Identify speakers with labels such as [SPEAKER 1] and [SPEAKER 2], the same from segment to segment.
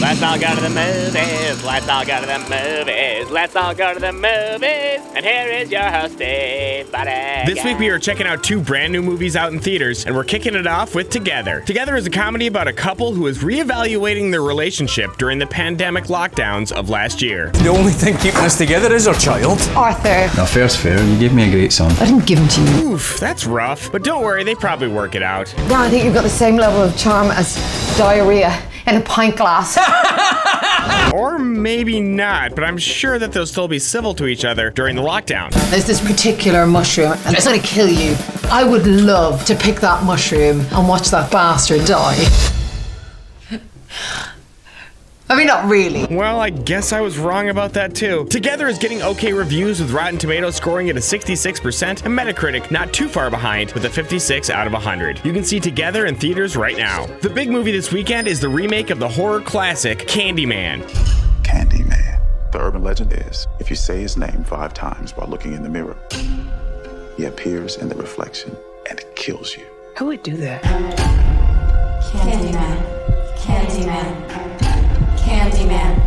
[SPEAKER 1] Let's all go to the movies. Let's all go to the movies. Let's all go to the movies. And here is your host, Steve Buddy.
[SPEAKER 2] This week we are checking out two brand new movies out in theaters, and we're kicking it off with Together. Together is a comedy about a couple who is reevaluating their relationship during the pandemic lockdowns of last year.
[SPEAKER 3] The only thing keeping us together is our child.
[SPEAKER 4] Arthur.
[SPEAKER 5] Now, fair's fair. You gave me a great son.
[SPEAKER 4] I didn't give him to you.
[SPEAKER 2] Oof, that's rough, but don't worry, they probably work it out.
[SPEAKER 4] Now I think you've got the same level of charm as diarrhea in a pint glass.
[SPEAKER 2] Or maybe not, but I'm sure that they'll still be civil to each other during the lockdown.
[SPEAKER 4] There's this particular mushroom, and it's gonna kill you. I would love to pick that mushroom and watch that bastard die. I mean, not really.
[SPEAKER 2] Well, I guess I was wrong about that too. Together is getting okay reviews with Rotten Tomatoes scoring at a 66% and Metacritic not too far behind with a 56 out of 100. You can see Together in theaters right now. The big movie this weekend is the remake of the horror classic Candyman.
[SPEAKER 6] Candyman. The urban legend is if you say his name five times while looking in the mirror, he appears in the reflection and kills you.
[SPEAKER 4] Who would do that?
[SPEAKER 7] Candyman. Candyman. Candyman.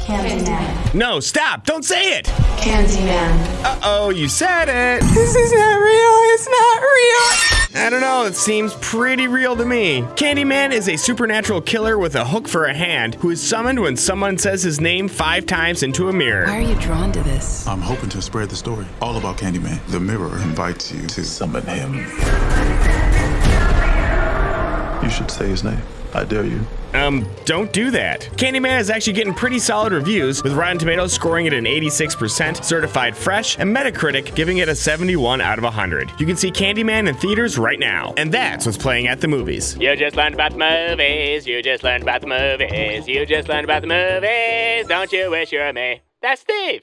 [SPEAKER 7] Candyman.
[SPEAKER 2] No, stop! Don't say it!
[SPEAKER 7] Candyman.
[SPEAKER 2] Uh-oh, you said it!
[SPEAKER 3] This is not real. It's not real.
[SPEAKER 2] I don't know, it seems pretty real to me. Candyman is a supernatural killer with a hook for a hand who is summoned when someone says his name five times into a mirror.
[SPEAKER 8] Why are you drawn to this?
[SPEAKER 6] I'm hoping to spread the story all about Candyman. The mirror invites you to summon him. You should say his name. I dare you.
[SPEAKER 2] Um, don't do that. Candyman is actually getting pretty solid reviews, with Rotten Tomatoes scoring it an 86%, certified fresh, and Metacritic giving it a 71 out of 100. You can see Candyman in theaters right now, and that's what's playing at the movies.
[SPEAKER 1] You just learned about the movies. You just learned about the movies. You just learned about the movies. Don't you wish you were me? That's Steve.